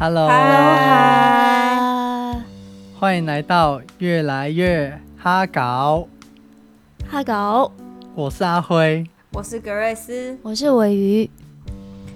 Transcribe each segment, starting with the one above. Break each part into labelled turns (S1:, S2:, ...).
S1: Hello，
S2: 嗨，
S1: 欢迎来到越来越哈搞，
S2: 哈狗，
S1: 我是阿辉。
S3: 我是格瑞斯。
S2: 我是尾鱼，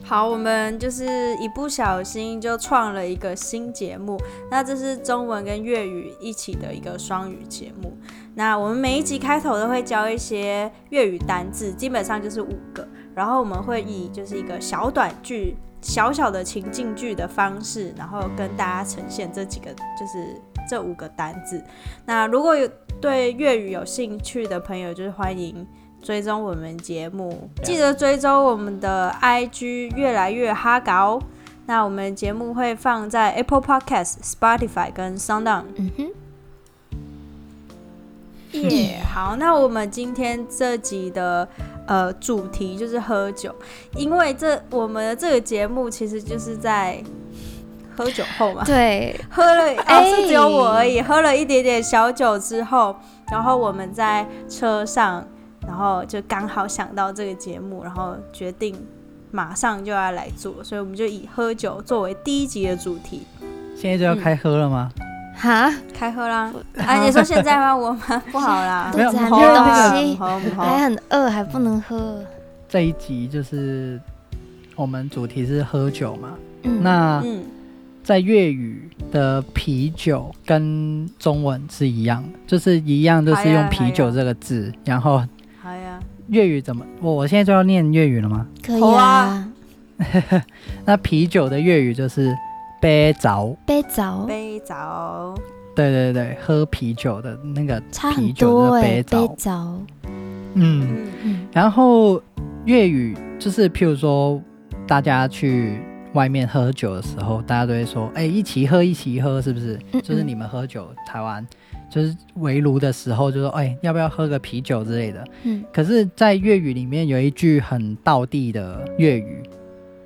S3: 好，我们就是一不小心就创了一个新节目，那这是中文跟粤语一起的一个双语节目。那我们每一集开头都会教一些粤语单字，基本上就是五个，然后我们会以就是一个小短剧、小小的情境剧的方式，然后跟大家呈现这几个就是这五个单字。那如果有对粤语有兴趣的朋友，就是欢迎追踪我们节目，记得追踪我们的 IG 越来越哈搞。那我们节目会放在 Apple Podcast、Spotify 跟 Sound On。
S2: 嗯哼，嗯
S3: 耶、好，那我们今天这集的呃主题就是喝酒，因为这我们的这个节目其实就是在喝酒后嘛，
S2: 对，
S3: 喝 了哦
S2: 哎
S3: 是只有我而已，喝了一点点小酒之后，然后我们在车上，然后就刚好想到这个节目，然后决定马上就要来做，所以我们就以喝酒作为第一集的主题
S1: 现在就
S3: 嗯
S1: 要开喝了吗？
S2: 哈，
S3: 开喝啦。 啊，你说现在吗？我吗？不好啦，
S2: 肚子
S1: 没
S2: 还没
S1: 有
S2: 有
S1: 那个
S2: 东西，
S3: 好不好？
S2: 还很饿，还不能喝。
S1: 这一集就是我们主题是喝酒嘛。
S2: 嗯，
S1: 那
S3: 嗯，
S1: 在粤语的啤酒跟中文是一样的，就是一样，就是
S3: 哎
S1: 用
S3: 呀哎
S1: 啤酒这个字。然后
S3: 好呀。
S1: 粤语怎么？我我现在就要念粤语了吗？
S2: 可以
S3: 好
S2: 啊
S3: 啊，
S1: 那啤酒的粤语就是啤酒，
S2: 杯早
S3: 杯早，
S1: 对对对，喝啤酒的那个，
S2: 差
S1: 啤
S2: 很
S1: 酒
S2: 多
S1: 的
S2: 哎，
S1: 杯早
S2: 杯早，
S1: 嗯
S3: 嗯，
S2: 嗯，
S1: 然后粤语就是，譬如说大家去外面喝酒的时候，大家都会说：“哎、一起喝，一起喝，是不是？”
S2: 嗯
S1: 就是你们喝酒，台湾就是围炉的时候，就说：“哎、要不要喝个啤酒之类的
S2: 嗯？”
S1: 可是，在粤语里面有一句很道地的粤语，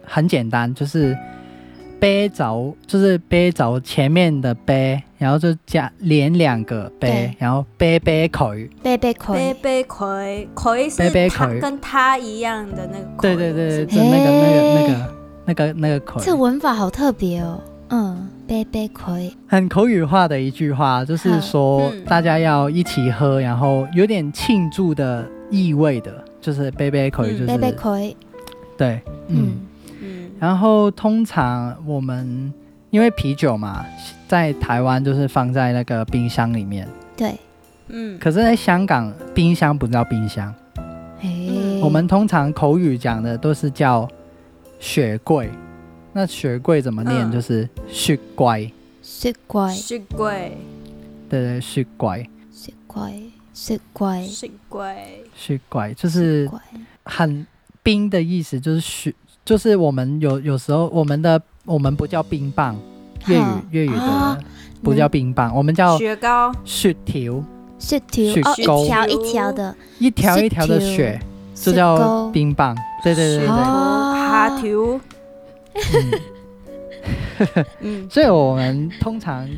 S1: 很简单，就是“杯着”，就是“杯着”前面的“杯”，然后就加连两个“杯
S2: 对”，
S1: 然后“杯杯口”。
S2: 杯杯
S3: 杯
S2: 葵，
S3: 杯葵，葵
S1: 杯
S3: 是
S1: 杯
S3: 它
S1: 葵
S3: 跟它一样的那个葵，
S1: 对对对对，
S3: 是
S1: 就那个那个
S2: 欸
S1: 那个那个那个口语
S2: 这文法好特别哦。嗯，杯杯葵，
S1: 很口语化的一句话，就是说
S3: 嗯
S1: 大家要一起喝，然后有点庆祝的意味的，就是杯杯口语，就
S3: 嗯
S1: 是
S2: 杯杯葵，
S1: 对，嗯。
S2: 嗯，
S3: 嗯，
S1: 然后通常我们因为啤酒嘛，在台湾就是放在那个冰箱里面，
S2: 对，
S3: 嗯，
S1: 可是在香港冰箱不叫冰箱，
S2: 哎，
S1: 我们通常口语讲的都是叫雪柜。那雪柜怎么念？
S3: 嗯
S1: 就是雪柜。
S2: 雪怪，
S3: 是贵，
S1: 对对，雪柜，
S2: 雪怪，雪怪，
S3: 是贵，
S1: 雪柜就是
S2: 怪，
S1: 很冰的意思，就是雪，就是我们有有时候我们的我们不叫冰棒，粤语
S2: 哼
S1: 粤语
S2: 啊
S1: 的不叫冰棒，我们叫
S3: 雪糕，
S1: 雪条，
S2: 雪条
S1: 雪
S2: 哦，
S1: 糕
S2: 一条一条的，
S1: 一条一条的
S2: 雪条
S1: 雪就
S2: 雪
S1: 叫
S2: 糕
S1: 冰棒。对对对对
S3: 雪
S1: 对，
S3: 糕
S2: 啊
S3: 虾条，
S1: 嗯
S3: 嗯，
S1: 所以我们通常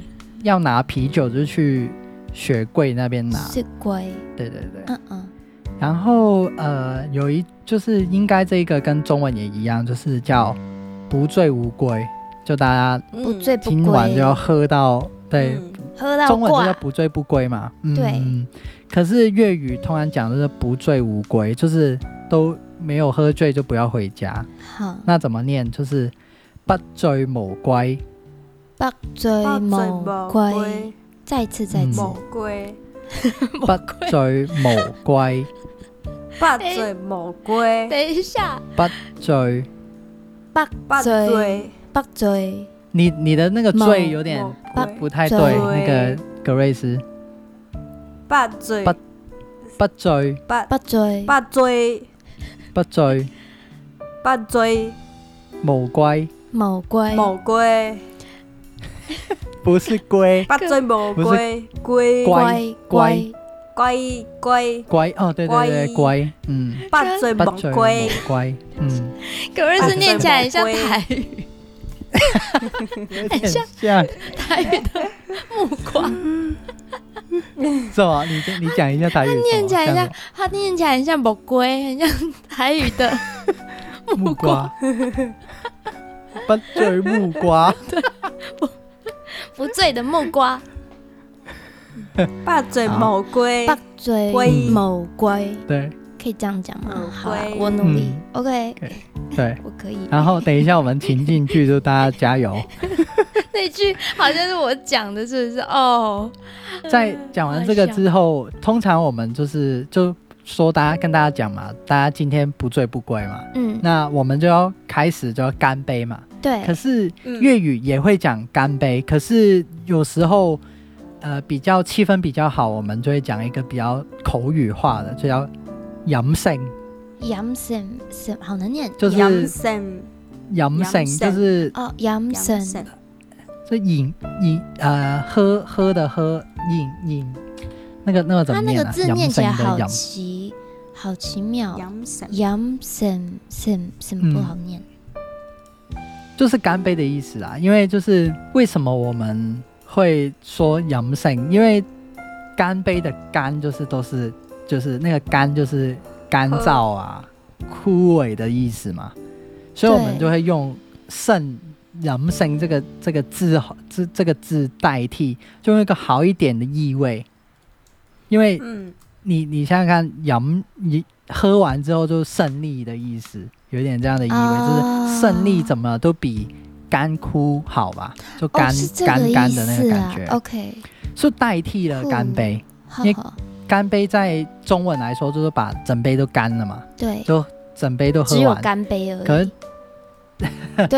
S1: 要拿啤酒就去雪柜那边拿。
S2: 雪柜，
S1: 对对对。
S2: 嗯嗯，
S1: 然后呃，有一就是应该这个跟中文也一样，就是叫不醉无归，就大家
S2: 不
S3: Ừ.
S2: 醉不
S1: 今晚
S2: 归
S1: 就，要喝到对。
S3: 嗯，
S2: 喝到
S1: 中文就
S2: 挂
S1: 叫，不醉不归嘛，嗯，
S2: 对
S1: 嗯可是粤语通常讲的是不醉无归，就是都没有喝醉就不要回家。
S2: 好，
S1: 那怎么念？就是不醉无归，
S2: 不醉
S3: 不醉
S2: 无
S3: 不
S2: 归，
S3: 归，
S2: 再一次再一次，
S3: 无归，
S1: 不醉无归，
S3: 不醉无归，
S2: 等一下，
S1: 醉。
S3: 不醉
S2: 不醉
S1: 你你的那个
S2: 某
S1: 醉有点
S3: 无
S1: 不
S3: 归，
S1: 太对，
S2: 醉
S1: 那个格瑞斯
S3: 不醉
S1: 不不醉
S3: 不
S2: 不醉
S3: 不醉
S1: 不醉
S3: 不醉
S1: 无归，
S2: 无归，
S3: 无归，
S1: 不是归
S3: 不醉无
S1: 不是乖
S3: 归，归
S2: 乖
S1: 乖
S2: 乖，
S3: 归归，
S1: 归哦，对对对
S3: 乖
S1: 归，嗯，
S3: 不醉
S1: 不
S3: 无
S1: 醉
S3: 归。
S1: 无归，嗯，
S2: 可
S3: 不
S2: 是
S3: 醉
S2: 念起来很像
S3: 不归
S2: 台语，
S1: 有
S2: 等一
S1: 点
S2: 下
S1: 像
S2: 台语的木瓜，
S1: 是吗？你先你讲一下台语是什么。
S2: 念起来
S1: 这样
S2: 像
S1: 子
S2: 它念起来很 像木龟，很像台语的
S1: 木瓜，不醉木瓜，
S2: 不醉的木瓜，
S3: 把嘴
S1: 好
S3: 某龟，
S2: 八嘴
S3: 龟
S2: 某龟，
S1: 对
S2: 可以这样讲吗
S3: 某？
S2: 好啦，
S3: 龟
S2: 我努力
S1: 嗯。
S2: OK，
S1: 对。
S2: 我可以。
S1: 然后等一下我们情境剧，就大家 加油。
S2: 那句好像是我讲的，是不是？哦，
S1: 在讲完这个之后，通常我们就是就说大家跟大家讲嘛，大家今天不醉不归嘛，
S2: 嗯，
S1: 那我们就要开始就要干杯嘛。
S2: 对
S1: 可，是
S3: 嗯
S1: 粤语也会讲干杯，可是有时候呃比较气氛比较好，我们就会讲一个比较口语化的，就叫饮性，
S2: 阳神神好难念
S1: 就是
S3: 杨森
S1: 饮性，
S3: 飲勝
S1: 就是
S2: 哦，阳
S3: 杨
S2: 神
S3: 森，
S1: 就饮饮呃喝喝的喝饮饮。那个那个怎
S2: 它
S1: 么
S2: 那
S1: 念
S2: 个
S1: 啊？
S2: 字念起来
S1: 飲勝的
S2: 好
S1: 饮
S2: 奇，好奇妙。
S3: 杨森，
S2: 阳神神神
S1: 嗯
S2: 不好念，
S1: 就是干杯的意思啦。因为就是为什么我们会说阳性，因为干杯的干就是都是就是那个干就是干燥啊、枯萎的意思嘛，所以我们
S2: 对
S1: 就会用肾阳性这个这个字这这个字代替，就用一个好一点的意味，因为
S3: 嗯，
S1: 你你想想看，阳你喝完之后就胜利的意思，有点这样的意味，
S2: 啊
S1: 就是胜利怎么都比干枯好吧，就
S2: 哦，
S1: 干、
S2: 是这个
S1: 干
S2: 意
S1: 干的那个
S2: 思
S1: 感
S2: 啊
S1: 觉，。
S2: OK，
S1: 就代替了干杯。
S2: 好
S1: 因为
S2: 好，
S1: 干杯在中文来说就是把整杯都干了嘛，
S2: 对，
S1: 就整杯都喝
S2: 只有
S1: 完。
S2: 干杯而
S1: 可
S2: 已。 对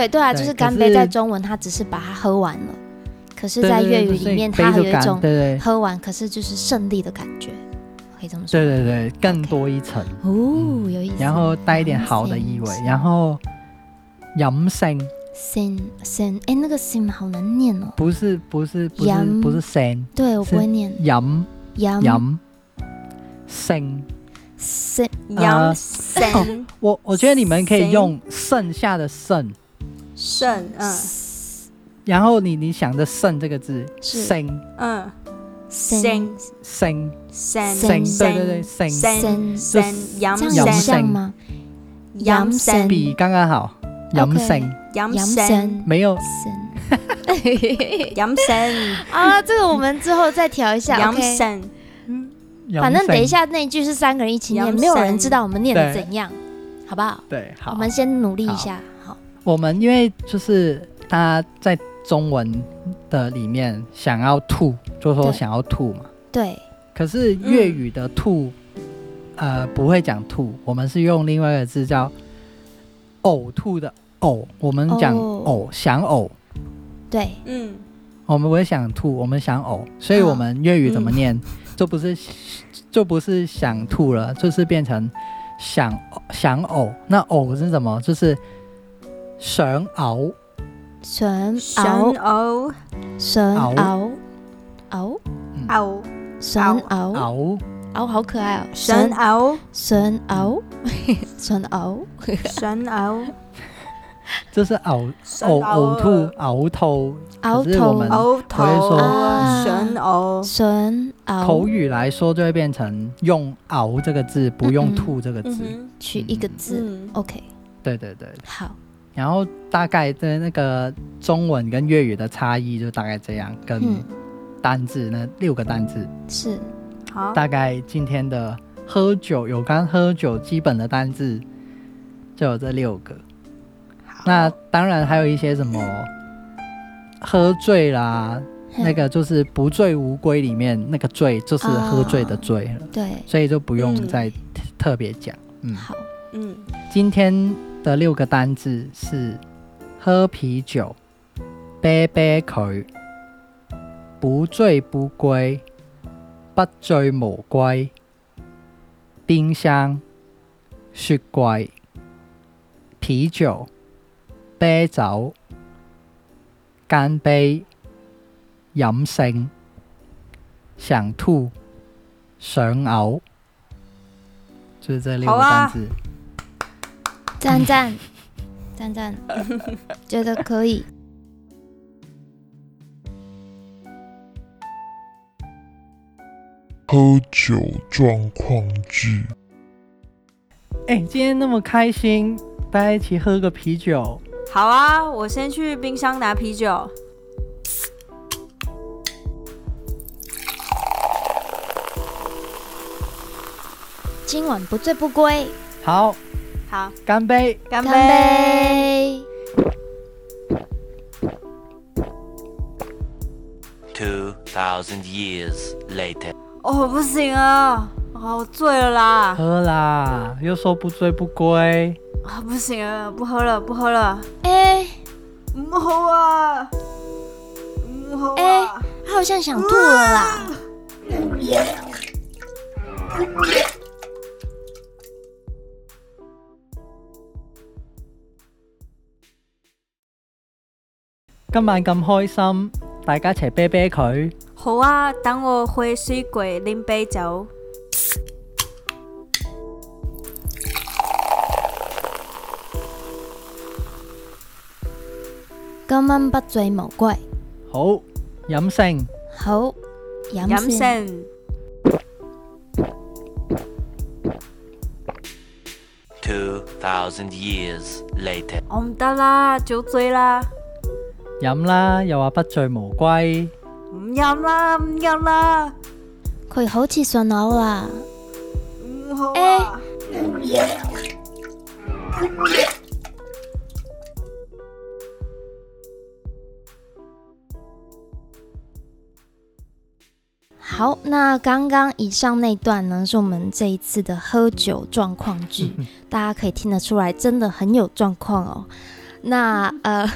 S2: 对 啊，
S1: 对
S2: 就是
S1: 可
S2: 干杯，
S1: 是
S2: 在中文它只是把它喝完了，可是，
S1: 对
S2: 在
S1: 对
S2: 粤
S1: 对
S2: 语
S1: 就
S2: 里
S1: 是
S2: 面，
S1: 杯
S2: 它还
S1: 都
S2: 有一
S1: 干
S2: 种
S1: 对对
S2: 喝完可是就是胜利的感觉，可以这么说
S1: 对
S2: 吗。
S1: 对对，更多一层，
S2: 哦，有意思。
S1: 嗯然后带一点好的意味，然后阳性
S2: sin sin，哎，那个 sin 好难念哦。
S1: 不是不是不是
S2: 阳
S1: 不是生
S2: 对，我
S1: 是
S2: 不会念。
S1: 阳。
S2: 阳
S1: 饮剩，
S2: sin
S3: 杨森
S1: 我我觉得你们可以用剩下的剩，
S3: 胜，嗯
S1: 然后你你想着剩这个字，
S2: 是
S1: 剩
S3: 嗯，
S2: sin
S3: 森
S1: 剩
S3: 森
S1: 剩，对
S2: 生
S1: 对对，剩
S3: 森
S2: 生
S3: 森杨
S2: 这
S1: 阳
S2: 样有
S1: 生
S3: 森
S2: 像吗？
S3: 杨森
S1: 比刚刚好，饮
S2: OK
S1: 剩
S3: 杨
S2: 阳
S3: 森
S2: 生
S1: 没有
S2: sin。
S3: 杨森
S2: 啊，这个我们之后再 调一下。
S3: 杨
S2: 啊 OK
S3: 森，
S1: 阳
S2: 反正等一
S1: 生，
S2: 下那一句是三个人一起
S3: 阳
S2: 念，没有人
S3: 神
S2: 知道我们念的
S1: 对
S2: 怎样，好不好？
S1: 对，好，
S2: 我们先努力
S1: 好
S2: 一下，好。
S1: 我们因为就是大家在中文的里面想要吐，就说
S2: 对
S1: 想要吐嘛，
S2: 对，
S1: 可是粤语的吐，呃，不会讲吐，我们是用另外一个字叫呕吐的呕，我们讲
S2: 哦
S1: 呕、想呕，
S2: 对，
S3: 嗯，
S1: 我们不会想吐，我们想呕，所以
S2: 哦
S1: 我们粤语怎么念，就不是就不是想吐了，就是变成想想呕。那呕是什么？就是想熬
S2: 神
S3: 神
S2: 鳌，
S3: 偶
S2: 神
S1: 鳌
S2: 鳌，鳌，
S3: 偶
S2: 神
S3: 鳌
S2: 鳌，
S1: 熬
S2: 鳌好可爱哦，
S3: 神 偶
S2: 神 鳌，神鳌，
S3: 神偶
S1: 就是呕
S3: 神
S1: 呕呕
S3: 呃
S1: 吐熬透。可
S2: 鳌
S1: 是我们
S2: 头，
S3: 偶
S1: 我会
S3: 头
S2: 说
S3: 神偶
S2: 神
S1: 口
S2: 鳌，
S1: 语来说就会变成用“熬”这个字，不用“吐”这个字。
S3: 嗯
S2: 取一个字
S3: 嗯
S2: ，OK，
S1: 对对对。
S2: 好，
S1: 然后大概的那个中文跟粤语的差异就大概这样，跟
S2: 嗯，
S1: 单字那六个单字，
S2: 是
S3: 好，
S1: 大概今天的喝酒有关喝酒基本的单字就有这六个。
S3: 好
S1: 那当然还有一些什么喝醉啦，那个就是不醉无归里面那个醉就是喝醉的醉了，
S2: 对，
S1: 所以就不用
S3: 嗯
S1: 再特特别讲。嗯，
S2: 好，
S3: 嗯
S1: 今天的六个单字是：喝啤酒、啤啤佢、不醉不归、不醉无归、冰箱、雪柜、啤酒、啤酒、干杯、飲勝、想吐、想嘔，就是这六
S3: 好
S1: 个
S3: 啊
S1: 单字。
S2: 赞赞，赞赞，觉得可以。
S4: 喝酒状况剧。
S1: 哎、今天那么开心，大家一起喝个啤酒，
S3: 好啊，我先去冰箱拿啤酒。
S2: 今晚不醉不归，
S1: 好，
S3: 好，
S1: 干杯！
S3: 干
S2: 干杯！
S5: 2,000 years later.
S3: 哦，不行啊，哦，我醉了啦，
S1: 喝啦，又说不醉不归。
S3: 啊，不行啊，不喝了，不喝了，
S2: 哎、
S3: 不喝啊，不喝
S2: 哎
S3: 啊，
S2: 好像想吐了啦。
S1: 今晚咁開心，大家一齊啤啤佢。
S3: 好啊，等我回水鬼拎杯酒。
S2: 今晚不醉無歸，
S1: 好，飲勝。
S2: 好飲
S3: 飲
S2: 先
S3: 先，
S5: 2,000 years later.
S3: 我唔得啦，酒醉啦，
S1: 飲啦，又話不醉無歸。
S3: 唔飲啦，唔飲啦，
S2: 佢好似信我啦。
S3: 唔好啊。
S2: 好，那刚刚以上那段呢，是我们这一次的喝酒状况剧，大家可以听得出来，真的很有状况哦。那呃，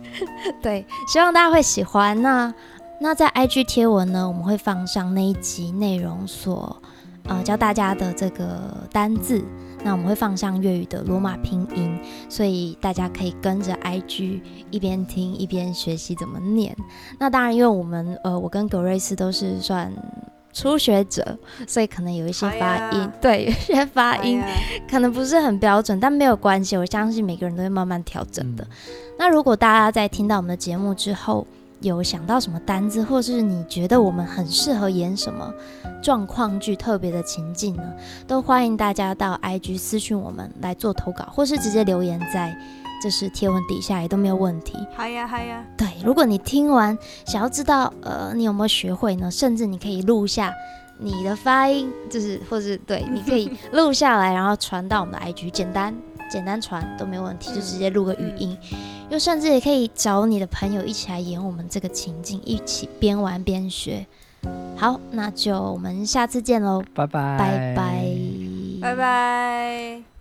S2: 对，希望大家会喜欢。那那在 IG 贴文呢，我们会放上那一集内容所呃教大家的这个单字，那我们会放上粤语的罗马拼音，所以大家可以跟着 IG 一边听一边学习怎么念。那当然，因为我们呃，我跟格瑞斯都是算初学者，所以可能有一些
S3: 哎呀
S2: 发音，对，有一些发音
S3: 哎呀
S2: 可能不是很标准，但没有关系，我相信每个人都会慢慢调整的。
S1: 嗯
S2: 那如果大家在听到我们的节目之后，有想到什么单字，或是你觉得我们很适合演什么状况剧特别的情境呢，都欢迎大家到 IG 私讯我们来做投稿，或是直接留言在就是贴文底下也都没有问题。
S3: 系啊系啊，
S2: 对，如果你听完想要知道呃你有没有学会呢，甚至你可以录下你的发音，就是或是对，你可以录下来，然后传到我们的 IG，简 单简单传都没问题，就直接录个语音。又甚至也可以找你的朋友一起来演我们这个情境，一起边玩边学。好，那就我们下次见喽，
S1: 拜拜，
S2: 拜拜，
S3: 拜拜。